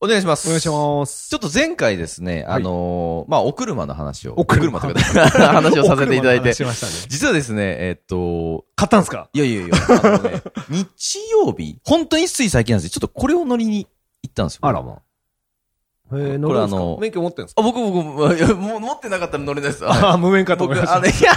お願いします。お願いします。ちょっと前回ですね、はいあのーまあ、お車の話を、お車というか、 話をさせていただいてお車の話、しましたね。実はですね、えっと、買ったんすかいやいやいや、あの ね、日曜日、本当につい最近なんですよ。ちょっとこれを乗りに行ったんですよ。ま。えー、こ乗れるあんすかの免許持ってんすかあ僕、僕、いやもう持ってなかったら乗れないです。あー、無免かと思 い僕、ましあた。れ、いや、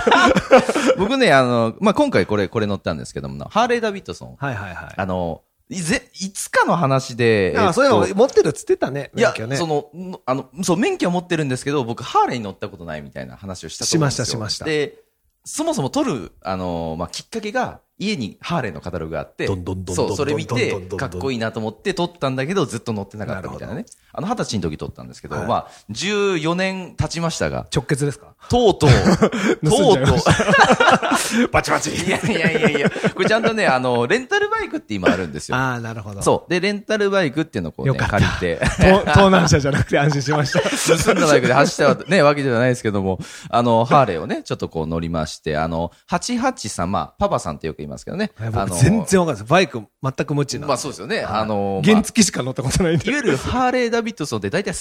僕ね、あの、まあ、今回これ、これ乗ったんですけども、ハーレー・ダビッドソン。はいはいはあの、いぜ、いつかの話で、い。あえー、っとそういうの持ってるっつってたね。いや免許、ね。その、んあの、そう、免許は持ってるんですけど、僕、ハーレーに乗ったことないみたいな話をしたと思うんですよ。しましたしましたで、そもそも取る、あの、まあ、きっかけが、家にハーレーのカタログがあって、どんどんどんどそんどう、んそれ見てどんどんどんど、んかっこいいなと思って取ったんだけど、ずっと乗ってなかったみたいななね。あの、二十歳の時取ったんですけど、はいまあ、14年経ちましたが、直結ですかとう とう、と盗んじゃういとうま、 バチバチいやいやいやいや、これちゃんとね、あの、レンタルバイクって今あるんですよ。ああ、なるほど。う。そう。で、レンタルバイクっていうのをこうよね、かった借りて。 盗難車じゃなくて安心しました。盗んだバイクで走ったわ,、ね、わけじゃないですけども、あの、ハーレーをね、ちょっとこう乗りまして、あの、883、まあ、パパさんってよく言いますけどね。あの僕全然わかんないです。バイク全く無知な。まあそうですよね。あの、まあ原付しか乗ったことないんいで。わゆるハーレー・ダビッドソンって大体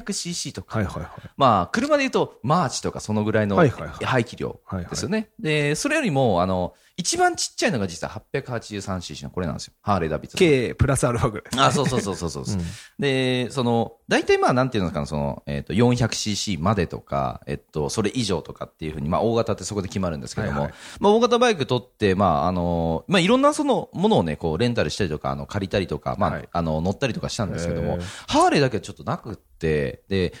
1200cc とか、はいはいはい。まあ、車で言うと、マーチとかそのぐらいの排はいはいはい気量ですよね。で、それよりも、あの、一番ちっちゃいのが実は 883cc のこれなんですよ。ハーレー・ダビッドソン。 K プラスアルファぐらい。あ、そうそうそうそうそうそう、うんで、その、大体まあ、なんていうのかな、その、えっ、と、400cc までとか、えっと、それ以上とかっていうふうに、まあ、大型ってそこで決まるんですけども、はいはいまあ、大型バイク取って、まあ、あの、まあ、いろんなその、ものをね、こう、レンタルしたりとか、あの、借りたりとか、まあ、はいあの、乗ったりとかしたんですけどへもー、ハーレーだけはちょっとなくって、で、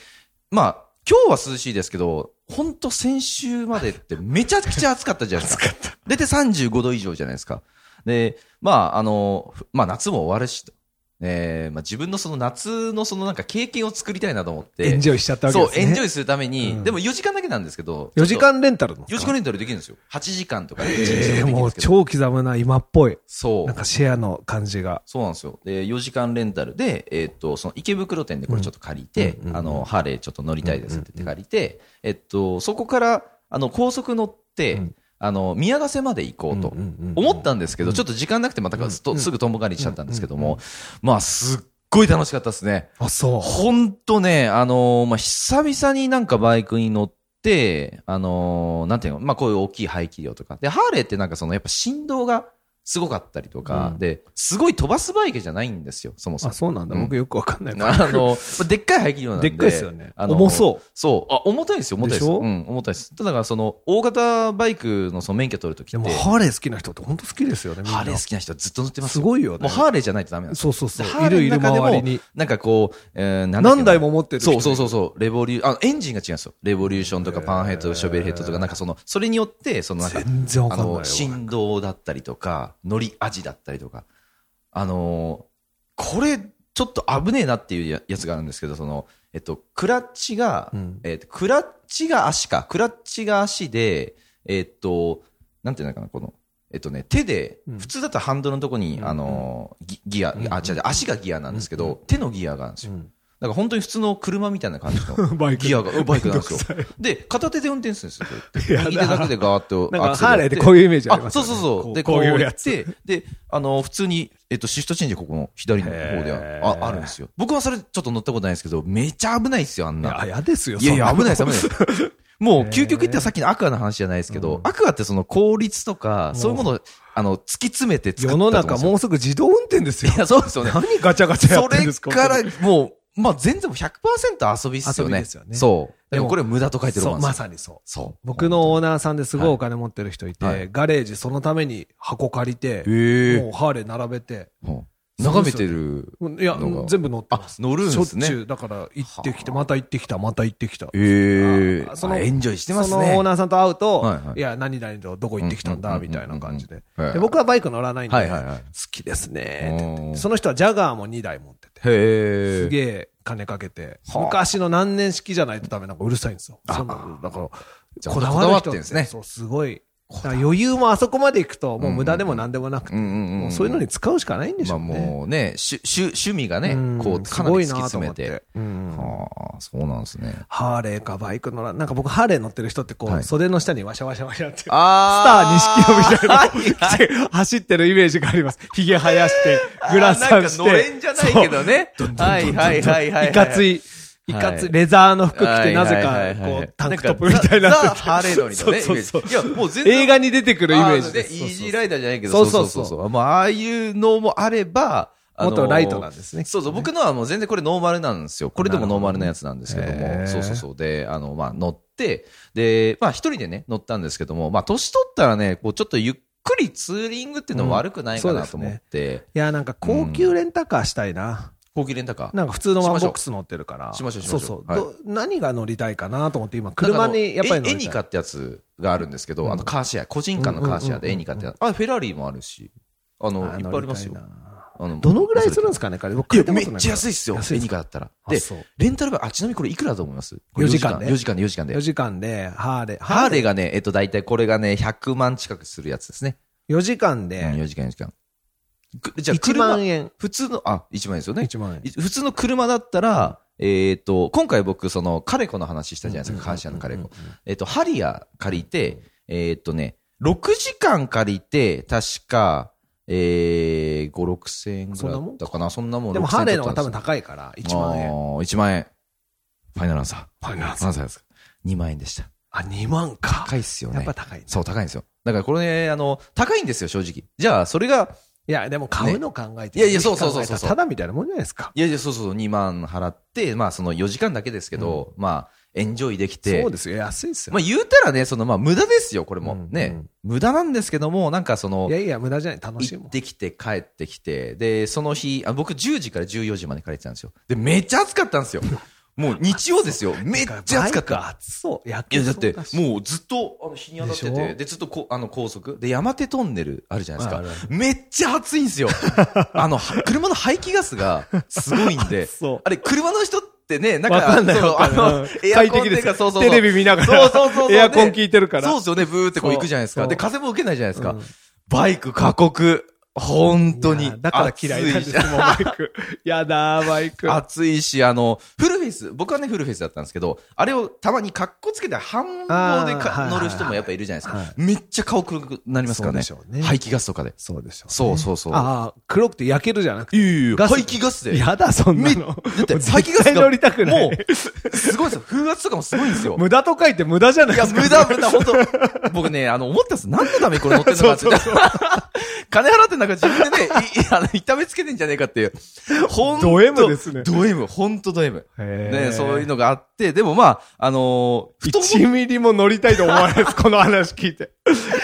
まあ、今日は涼しいですけど、ほんと先週までってめちゃくちゃ暑かったじゃないですか。暑かった。大体35度以上じゃないですか。で、まあ、あの、ふまあ、夏も終わるしと、えーまあ、自分のその夏のそのなんか経験を作りたいなと思って。エンジョイしちゃったわけですそう、ね。エンジョイ。イするために、うんでも4時間だけなんですけど。 4時間レンタルの。 4時間レンタルできるんですよ。8時間とかで。ええ、 1日とかできるんもでうすけど超刻むな、今っぽい。そなんう。かシェアの感じが。そうなんですよ。で、4時間レンタルで、えーっと、その池袋店でこれちょっと借りてうんう、んあの、ハーレーちょっと乗りたいですって言って借りて、えっと、そこから、あの、高速乗っうてん、あの、宮ヶ瀬まで行こうとうんうんうんうん思ったんですけど、ちょっと時間なくてまたかずっとすぐとんぼ返りしちゃったんですけども、まあ、すっごい楽しかったですね。あ、そほんとね、あのーまあ、久々になんかバイクに乗って、あのーなんていうの、まあ、こういう大きい排気量とか。で、ハーレーってなんかその、やっぱ振動がすごかったりとか、うんで、すごい飛ばすバイクじゃないんですよ、そもう。そあ、も。そうなんだ。うん僕よくわかんない。 あの、まあでっかい排気量なんで。でっかいですよね。あの重そう。そう。あ、重たいですよ、重たいです。でしうょん、重たいです。ただから、その、大型バイクのその免許取るときでっも、て、ハーレー好きな人って本当好きですよね。みんなハーレー好きな人はずっと乗ってますすよ。ごいよもうね。ハーレーじゃないとダメなんですよそうそうそでう。ハーいレるーいのる中でも周りに。なんかこう、えーなんだっけな何台も持ってる人そうそうそうそう、レボリュー、あの、エンジンが違うんですよ。レボリューションとかへーパンヘッド、ショベルヘッドとか、なんかその、それによって、そのなんか、全然わあかんないよの、。振動だったりとか、乗り味だったりとか、あのーこれ、ちょっと危ねえなっていうややつがあるんですけど、その、えっと、クラッチが、うんえっと、クラッチが足か、クラッチが足で、えっと、なんていうのかな、この、えっとね、手でう、ん普通だとハンドルのとこに、うんあのーギ、ギア、うんあ、違う違う、足がギアなんですけど、うん手のギアがあるんですよ。うだから本当に普通の車みたいな感じ の。んバイク。ギアが、うんバイクなんですよめんどくさい。で、片手で運転するんですよこういややっだて。右手だけでガーッとなんか、ルハーやレーっっててこういうイメージありあ、ますそうよねそうそう。こうこういうやつ。で、で、あの、普通に、えっと、シフトチェンジここの左の方でへあーああるんですよ。僕はそれちょっと乗ったことないんですけど、めちゃ危ないですよ、あんいや、な。嫌ですよ。いやいや、そ危んないです、危 ないです。もう、究極言ったらさっきのアクアの話じゃないですけど、アクアってその効率とか、そういうものを、あの、突き詰めて作った世の中う。もうすぐ自動運転ですよい。や、そうですよね。何ガチャガチャやそってるんれですかから、もう、まあ、全然もう100%遊びっすよ遊びね。ですよねそう。ででももこれ無駄と書いてるそロマう、ンでますよさにそう。そう。僕のオーナーさんですごいお金持ってる人いはいはて、ガレージそのために箱借りて、へえもうハーレー並べて、うん眺めてる。うんいやのが、全部乗ってあま、す。乗るんしょでっすね。ちゅう、だから行ってきて、はあまた行ってきた、また行ってきた。ええあそのエンジョイしてますそのオーね。ナーさんと会うと、はいいはいや、何々とどこ行ってきたんうんだ、うんうんみたいな感じで。はいで僕はバイク乗らないんで、はいはいはい好きですねって言っうんて。その人はジャガーも2台持ってて、へえ。すげえ金かけて、はあ昔の何年式じゃないとダメなんかうるさいんですよ。あそんなのだかじら、ゃあこだわるこだわって人んですねそう、すごい。こだだかわら余裕もあそこまで行くと、もう無駄でも何でもなくて、うんうんうんもうそういうのに使うしかないんでしまょあうね。もうね、しゅしゅ趣味がねん、こう、かなり突き詰めすごいなて。と思ってうんはあ、そうなんですね。ハーレーかバイク乗ら、なんか僕ハーレー乗ってる人ってこう、はい袖の下にワシャワシャワシャって、あスター錦ー野み たいな、走ってるイメージがあります。髭生やして、グラサンし て。あーなんかのれんじゃないけどね。はいはいはいはいはい。いかつい、いかつい、レザーの服着て、なぜはいか、はいはいこはう、タンクトップみたいな。んかザ・ザハーレードリーのね、そうそうそうイメージいや、もう全然。映画に出てくるイメージであす。ねイーそうそうジーライダーじゃないけど、そうそうそうまあ、ああいうのもあれば、あのもっとライトなんですねそうそう、僕のはもう全然これノーマルなんですよ。これでもノーマルなやつなんですけどなるほも、どそうそうそう。で、あの、まあ、乗って、で、まあ、一人でね、乗ったんですけども、まあ、年取ったらね、こう、ちょっとゆっくりツーリングっていうのも悪くないかなと思って、いや、なんか高級レンタカーしたいな。高級レンタカー。なんか普通のワンボックス乗ってるから。しましょうしそまうしょうそう。ど何が乗りたいかなと思って今、な車んかあのにやっぱり乗りたエい。エニカってやつがあるんですけど、あのカーシェア、個人間のカーシェアでエニカってやつ、あ、フェラーリもあるし、あの、いっぱいありますよ乗。たいなあのどのぐらいするんですかね、彼。僕いや買っ、たこめとっなちゃ安いっすよ、安エいニですカかだったら。あでそう、レンタルバイク、あ、ちなみにこれいくらだと思います4時間ね4時間で、4時間で。 4時間で、ハーレー。ハーレーが。がね、えっと、大体これがね、100万近くするやつですね。 4時間うんで、 4時間、4時間。くじゃあ、 1車万、円。普通の、あ、1万円ですよね。 1万円。い普通の車だったら、えっと、今回僕、その、カレコの話したじゃないですか、カーシェアのカレコ。えっと、ハリア借りて、えっとね、6時間借りて、確か、えー、5、6千円ぐらいだったかな、そんなもん。でも6,000だハったーんレでーすのよ方が多分高いから、1万円。円。1万円。ファイナルアンサー。ファイナルアンサー何歳ですか ?2 万円でした。あ、2万か。高いっすよね。やっぱ高いね。そう、高いんですよ。だからこれね、あの、高いんですよ、正直。じゃあ、それが、いや、でも買うの考えて、ねいやいやそうそうそうそう考えたらただみたいなもんじゃないですか。いやいや、そうそう、2万払って、まあ、その4時間だけですけど、まあ、エンジョイできてそう、ですよ、安いですよ。まあ、言うたらね、その、まあ、無駄ですよ、これも。うんね、うん無駄なんですけども、なんかそのい、やいや、無駄じゃない、楽しい行もっん。てきて帰ってきて、で、その日、あ僕10時から14時まで借りてたんですよ。で、めっちゃ暑かったんですよ。もう日曜です よ。めっちゃ暑かった。バイク暑そう。野い球や、だってそう、しもうずっと、あの、日に当たって、でしてょで、ずっとこ、あの、高速。で、山手トンネルあるじゃないあるであすか。めっちゃ暑いん ですよ。あの、は車の排気ガスがすごいんで暑そう、あれ、車の人ってね、なんわか、かんないそうわあかんないのエうん、アコン快適ですっていうかそうそうそうテレビ見ながらそうそうそうそう。 エアコン効いてるからそうですよね、ブーってこう行くじゃないですか。そうで、風も受けないじゃないですかうん。バイク過酷。本当いにや。だから嫌いなんです、暑もうバイク。 やだー、バイク。暑いし、あの、フルフェイス、僕はね、フルフェイスだったんですけど、あれをたまに格好つけて半毛であかー乗る人もやっぱいるじゃないですか。はいはいめっちゃ顔黒くなりますからね。そうでしょうね排気ガスとかで。そうでしょそうそうそう。ああ、黒くて焼けるじゃないくて。やいやいやガス排気ガスで。やだ、そんめなだの。って排気ガ絶ス対が乗りたくない。もう、すごいですよ。風圧とかもすごいんですよ。無駄と書いて無駄じゃないいでや、すか。無駄、無駄、本 当僕ね、あの、思ったんです。何のためにこれ乗ってんのかって。 金払ってなんか自分でね、い いあの、痛めつけてんじゃねえかっていう。ほんと。ド M ですねド M、ほんとド M。へーね、そういうのがあって、でもまあ、あのー、太も1ミリも乗りたいと思わない です、この話聞いて。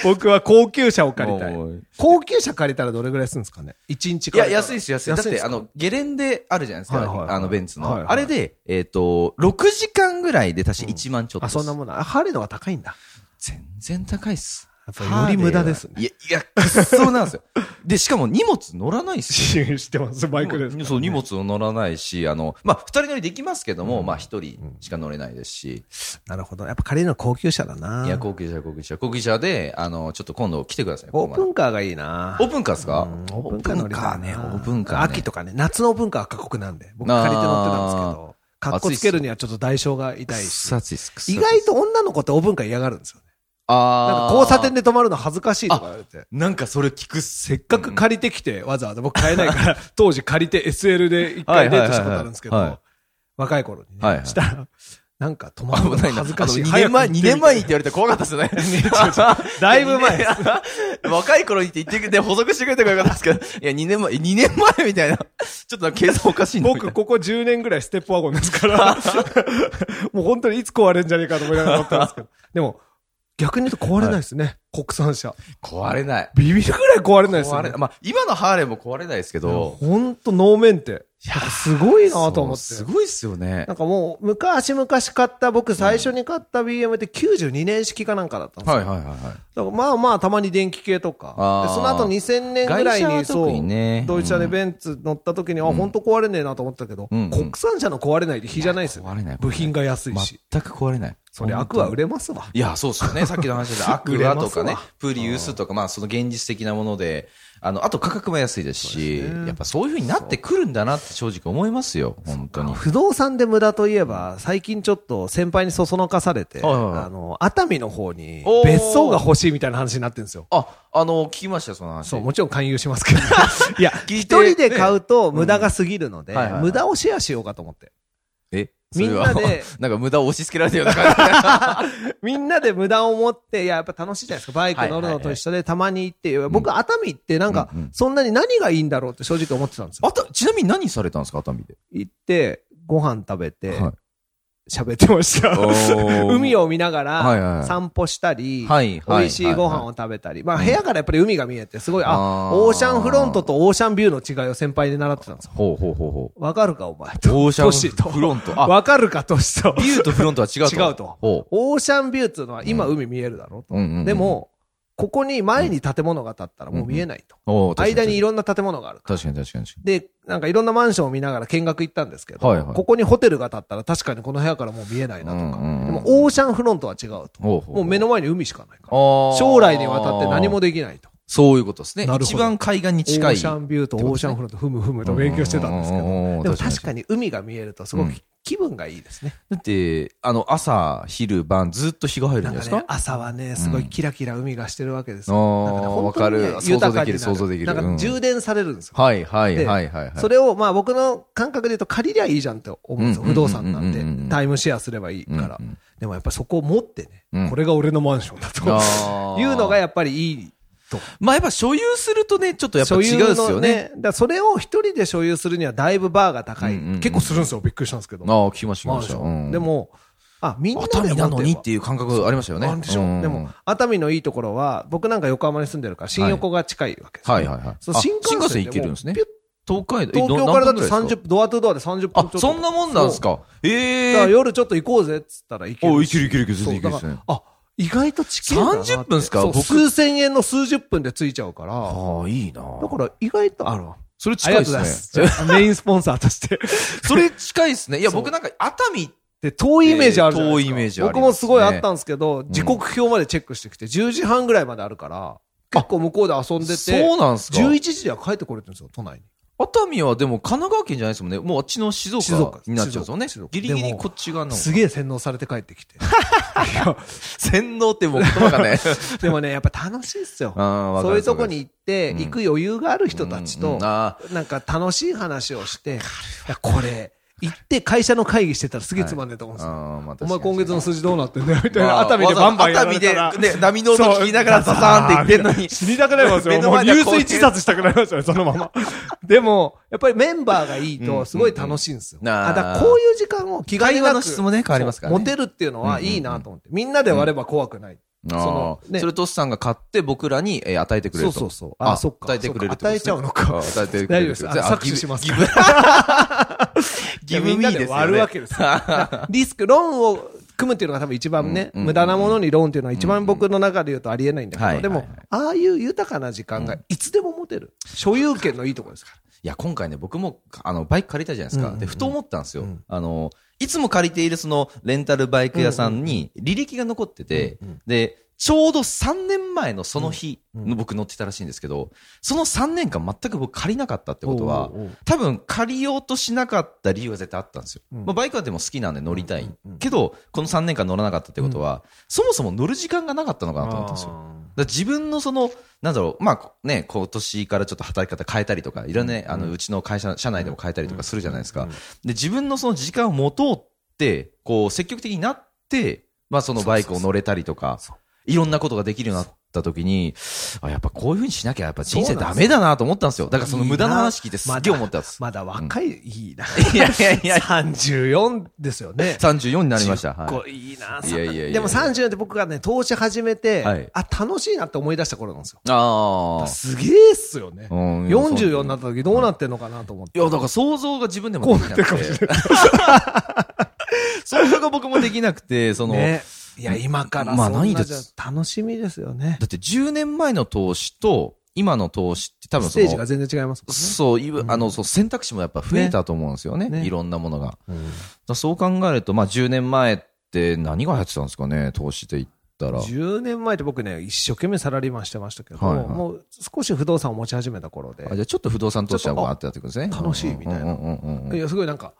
僕は高級車を借りたいもう。高級車借りたらどれぐらいするんですかね ?1 日い借や、りたら安いです、安い。だっ安いて、あの、ゲレンデあるじゃないですはいはいはか。いあの、ベンツはいはいの。あれで、えっと、6時間ぐらいで確か1万ちょっとあ、です。そんなもんな。あハーレーの方が高い んだ。全然高いっす。やっぱより無駄ですねハーレーはいや、いや、くっそうなんですよ。 で、しかも荷物乗らないっすよ。支援してます、バイクですからね。そう、荷物を乗らないし、あの、まあ、二人乗りできますけども、まあ、一人しか乗れないですし、なるほど。やっぱ借りるのは高級車だないや、高級車、高級車、高級車で、あの、ちょっと今度来てください。オープこンカーがいいなこまでオープンカーですかうんオープンカー乗りたいなオープンカーね、オープンカーね。秋とかね、夏のオープンカーは過酷なんで、僕借りて乗ってたんですけど、あーかっこつけるにはちょっと代償が痛いし草、厚いっす草厚い意っす外と女の子ってオープンカー嫌がるんですよね。なんあかー交差点で止まるの恥ずかしいとか言われて。なんかそれ聞く、せっせっかく借りてきて、わざわざ僕買えないから、当時借 りて SL で一回デートしたことあるんですけはいはいはいど、若い頃にはいはいね。したら、なんか止まる危のないな。恥ずかしい。 2年前、早く二年前にって言われたら怖かったですよね。 だいぶ前で 若い頃にって言ってくれて、補足してくれたからよかったですけど、いや、2年前、2年前みたいな。ちょっとなんか計算おかしいなみたい僕、な。ここ10年ぐらいステップワゴンで すから、もう本当にいつ壊れるんじゃねえかと思いながら乗ってます けど。でも、逆に言うと壊れないですね、国産車。壊れない。ビビるぐらい壊れないです壊れよねない。。まあ、今のハーレーも壊れないですけど、本当、ノーメンテ。いや、すごいなと思っそうすて。ごいっすよねな。んかもう、昔々買った、僕最初に買った BM って92年式かなんかだったんですはいよ。はいはいはい。だからまあまあ、たまに電気系とかあ。ーでその後2000年ぐらいに、外車は特にねそう、ドイツ車でベンツ乗った時に、あ、ほんと壊れねえなと思ったけど、うんうん国産車の壊れないで比じゃないですよね。いや壊れない部品が安いし。全く壊れない。それ、アクは売れますわ。いや、そうっすよね。さっきの話で、アク 売れアまとすわかね、プリウスとか、まあ、その現実的なもので、あの、あと価格も安いですし、やっぱそういう風になってくるんだなって正直思いますよ、本当に。不動産で無駄といえば、最近ちょっと先輩にそそのかされて、はいはいはいあの、熱海の方におー別荘が欲しいみたいな話になってるんですよ。あ、あの、聞きましたよ、その話。そう、もちろん勧誘します けど。いや、聞一いて人で買うと無駄が過ぎるので、うんはいはいはい無駄をシェアしようかと思って。え、そみれんは なで なんか無駄を押し付けられたような感みんなで無駄を持って、いや、やっぱ楽しいじゃないですか。バイク乗るのと一緒でたまに行って、僕、熱海ってなんかうんうん、そんなに何がいいんだろうって正直思ってたんですじ。よ。あと、ちなみに何されたんですか、熱海で。行って、ご飯食べてはい、喋ってました。 海を。を見ながはいはいはいら散歩したり、はいはい美味しいご飯を食べたり、まあ部屋からやっぱり海が見えて、すごい、あ、あーオーシャンフロントとオーシャンビューの違いを先輩に習ってたんですよ。ほうほうほうほわかるかお前う。オーシトシとャンフロント。あ、わかるかとしと。ビューとフロントは違うと。 違うとほう。オーシャンビューっていうのは今海見えるだろううんうんうと。んでも、ここに前に建物が建ったらもう見えないと。おう確か間にいにろんな建物があるから。確かに確かに。で、なんかいろんなマンションを見ながら見学行ったんですけど、はいはいここにホテルが建ったら確かにこの部屋からもう見えないなとか。うんうんうんでもオーシャンフロントは違うと。ほうほう。もう目の前に海しかないから。あー将来にわたって何もできないと。そういうことですねな。るほど一番海岸に近い。オーシャンビューとオーシャンフロント、ふむふむと勉強してたんですけど。うんうんうんうんでも確確かに海が見えるとすごく気分がいいですね。だって、あの、朝、昼、晩、ずっと日が入るんじなゃんないでかすねか、朝はね、すごいキラキラ海がしてるわけですあよ。ーなんね本当にねわかる豊かにな想像できる想像できるなんうかん充電されるんですよ。はいはいではいはいはい。それを、まあ僕の感覚で言うと借りりゃいいじゃんって思うんですよ。うんうんうんう不ん動産なんうんうんうて。んタイムシェアすればいいからうんうん。でもやっぱりそこを持ってうね、んこれが俺のマンションだあと。ーいうのがやっぱりいいと。まあやっぱ所有するとね、ちょっとやっぱ違うっす所有よのね。。だからそれを一人で所有するにはだいぶバーが高い。うんうんうん結構するんですよ。びっくりしたんですけど。ああ、聞きました聞きマまンしシた。ョうンんで、も、あ、みんなで熱海なのにっていういう感覚ありましたよね。なんでしょうんう。でも、熱海のいいところは、僕なんか横浜に住んでるから、新横が近いわけですよ。はいはいはい。そうあ新幹線行けるんですねピュッ。東海道、東京からだって何分ぐらい30です分、ドアトゥドアで30分ちょっあ、と。そんなもんなんですそか。うええだから夜ちょっと行こうぜっつったら行けるし。おいけるいけるいけるそう全然いけるっすねだからあ、意外と近いんだなって。 30分っすかそう僕数千円の数十分で着いちゃうから。ああ、いいなぁだから意外と、あの、それあ近りいがでとうごすざいねま。す。じゃあメインスポンサーと して。それ近いですね。いや、そう僕なんか熱海、で、遠いイメージあるじゃないです遠いか。イメージあります僕ねもすごいあったんですけど、時刻表までチェックしてきて、10時半ぐらいまであるから、結構向こうで遊んでそうて、なんですか。 11時には帰ってこれてるんですよ、都内に。熱海はでも神奈川県じゃないですもんね。もうあっちの静静岡岡になっちゃうんですよね静岡。ギリギでリもこっち側の。すげえ洗脳されて帰ってきて。 洗脳ってもう言葉がね。でもね、やっぱ楽しいっすよ。あーわかそういるうとこに行って、うん行く余裕がある人たちうんとうん、あなんか楽しい話をして、いやこれ、行って会社の会議してたらすげえつまんねえと思うんですよ。あー、まあお前今月の数字どうなってんだよ、みたいまな。あ熱海でバンバンやられたら熱海でね、波の音聞きながらザザーンって言ってんのに。 死にたくなりますよ。目のもう前で流はこう水自殺したくなりますよね、そのまま。 でも、やっぱりメンバーがいいと、すごい楽しいんですよ。うんうんうんあだからこういう時間を気軽に会話の質もね変わりますからね持てるっていうのはいいなと思って。みんなで割れば怖くない。あーそのねそれトスさんが買って僕らにえー与えてくれそるうと。そうそう。あ、そっか。与えてくれるってこと与でえすちねゃうのかあ。与えてくれ大る丈夫です。あってこと搾取しますギかブ ら。ギブみミんなーでですよね。割るわけですよ。 だからリスク、ローンを組むっていうのが多分一番ね、うんうん無駄なものにローンっていうのは一番僕の中で言うとありえないんだけど、はいはいでも、ああいう豊かな時間がいつでも持てる。所有権のいいところですから。いや、今回ね、僕も、あの、バイク借りたじゃないですか。うんうんうんで、ふと思ったんですよ。うんあの、いつも借りているその、レンタルバイク屋さんに、履歴が残ってて、うんうんで、ちょうど3年前のその日うんうんの僕乗ってたらしいんですけど、その3年間全く僕借りなかったってことはおうおうおう、多分借りようとしなかった理由は絶対あったんですよ。うんまあ、バイクはでも好きなんで乗りたい。うんうんうんけど、この3年間乗らなかったってことは、そもそも乗る時間がなかったのかなと思ったんですよ。だから自分のその、なんだろう、まあこね、今年からちょっと働き方変えたりとか、いろんなね、あの、うちの会社、社内でも変えたりとかするじゃないですか。で、自分のその時間を持とうって、こう、積極的になって、まあそのバイクを乗れたりとかそう、いろんなことができるようになっった時に、あ、やっぱこういうふうにしなきゃ、やっぱ人生ダメだなと思ったんですよ。だからその無駄な話聞いてすっげえ思ったんです。まだ若い、いいな。いやいやいや、 34ですよね。 34になりました。 10は個いいな、いやいやいやでも34って僕がね、投資始めて、はいあ、楽しいなって思い出した頃なんですよ。い、ああ。すげえっすよね。うん44になった時どうなってんのかなと思って。いや、だから想像が自分でもできなくて。こうなって 想像が僕もできなくて、その、ね。いや、今からまあそん何なでじゃ楽しみですよね。だって10年前の投資と、今の投資って多分スそテージのが、全然違いますもんねそう、いわあの、そう、選択肢もやっぱ増えたと思うんですよね。ねねいろんなものが。だかうんらそう考えると、まあ10年前って何が流行ってたんですかね、投資で言ったら。 10年前って僕ね、一生懸命サラリーマンしてましたけど、はいはいもう少し不動産を持ち始めた頃であ、じゃあちょっと不動産投資はもうあってなってくるんですね。ちょっとあ楽しいみたいなうんうんうんうんうんいや、すごいなんか、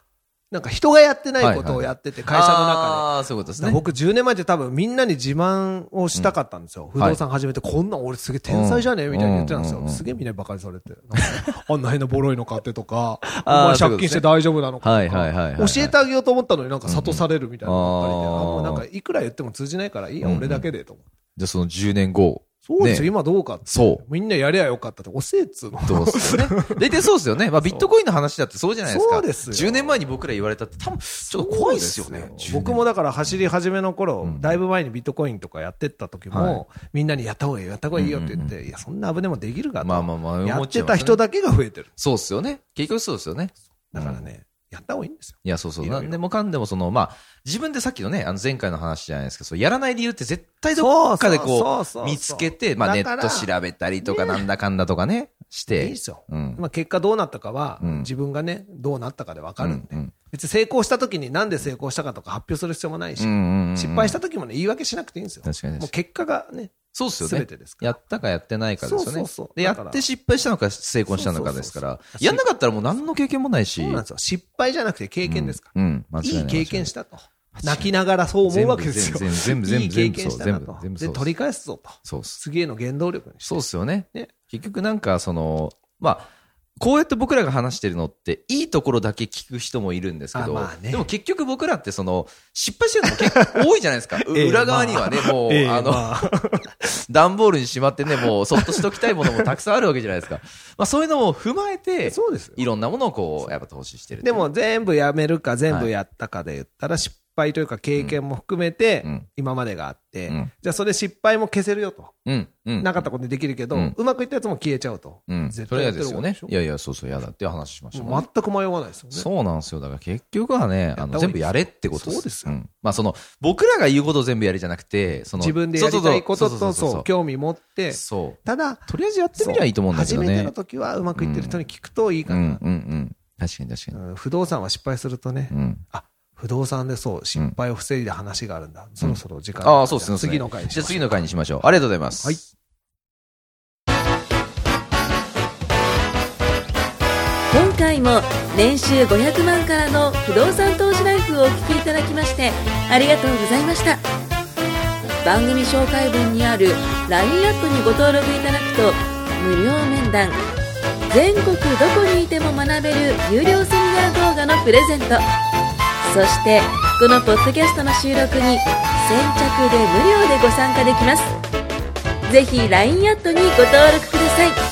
なんか人がやってないことをやってて、会社の中で。ああ、そういうことですだからね。僕10年前って多分みんなに自慢をしたかったんですよ。不動産始めて、こんなん俺すげえ天才じゃねえみたいに言ってたんでうすんよう。んうんすげえみんなバカにされて。なんかあんな変なボロいの買ってとか、お あー前借金して大丈夫なのかとはいはいはいはいか、はい教えてあげようと思ったのになんか諭されるみたいなのがあったりで、うんあもうなんかいくら言っても通じないからいいや、うん俺だけでと思って。で、その10年後。そうですよ、ね今どうかって。そう。みんなやりゃよかったって、おせえっつうの。どうっすよね。大体そうですよね。まあ、ビットコインの話だってそうじゃないですか。そうです10よ年前に僕ら言われたって多分、ちょっと怖いですよね。僕もだから走り始めの頃、んだいぶ前にビットコインとかやってった時も、みんなにやった方がいいよ、やった方がいいよって言って、いや、そんな危ねもできるかと。まあまあまあやってた人だけが増えてる。そうっすよね。結局そうですよね。だからね、やった方がいいんですよ。いや、そうそう。いろいろなんでもかんでも、その、まあ、自分でさっきのね、あの前回の話じゃないですけど、そうやらない理由って絶対どっかでそうそこうそうそうう、見つけて、まあ、ネだかッらト調べたりとか、なんだかんだとかね、しいいて。ですよ。うんまあ結果どうなったかは、うん自分がね、どうなったかで分かるんで、うんうん別に成功した時になんで成功したかとか発表する必要もないし、うんうんうん失敗した時もね、言い訳しなくていいんですよ。確かに確かにもう結果がね、そうっすよね全。てですからやったかやってないかですよね。そうそうそうで、やだからって失敗したのか、成功したのかですからそうそうそう。そうやんなかったらもう何の経験もないし。そうなんですよ。失敗じゃなくて経験ですから。うん、間違いない経験ししたと。泣きながらそう思うわけですよ。全部全部いい全経部全部験したなそうと。全部全部そうで、です取り返すぞと。そうっす。すげえの原動力にして。そうっすよね。ね結局なんか、その、まあ、こうやって僕らが話してるのって、いいところだけ聞く人もいるんですけど、あまあねでも結局僕らってその、失敗してるのも結構多いじゃないです か。うええ裏側にはね、もう、ええあの、まあ段ボールにしまってね、もう、そっとしときたいものもたくさんあるわけじゃないですか。まあそういうのも踏まえて、そうですよいろんなものをこう、やっぱ投資してるっていでう。も全部やめるか全部やったかで言ったら失敗というか経験も含めてうん今までがあって、うんじゃあそれ失敗も消せるよと。うん、うん。なかったことにできるけど、ううんまくいったやつも消えちゃうと。うん。それがですよやっねてる。方いやいや、そうそう、やだっていう話しましたもんがいいでしょねもう全く迷わないですよね。そうなんですよ。だから結局はね、あやった方がの、いいです全部やれってことそうですよんまあその、僕らが言うことを全部やれじゃなくて、その、自分でやりたいことそうと、そうそ、そううそう興味持って、そう。ただ、とりあえずやってみりゃいいと思うんだけどね。初めての時はうまくいってる人に聞くといいかうな。んうんうん。確かに確かうん不動産は失敗するとね、に。うん。あ不動産でそう、失敗を防いで話があるんだ、そろそろ時間ああ、そうですね。次の回にしじゃまあしょう次の回にしましょう。ありがとうございます。はい今回も年収500万からの不動産投資ライフをお聞きいただきましてありがとうございました番組紹介文にある LINE アップにご登録いただくと無料面談全国どこにいても学べる有料セミナー動画のプレゼントそしてこのポッドキャストの収録に先着で無料でご参加できますぜひ LINE アットにご登録ください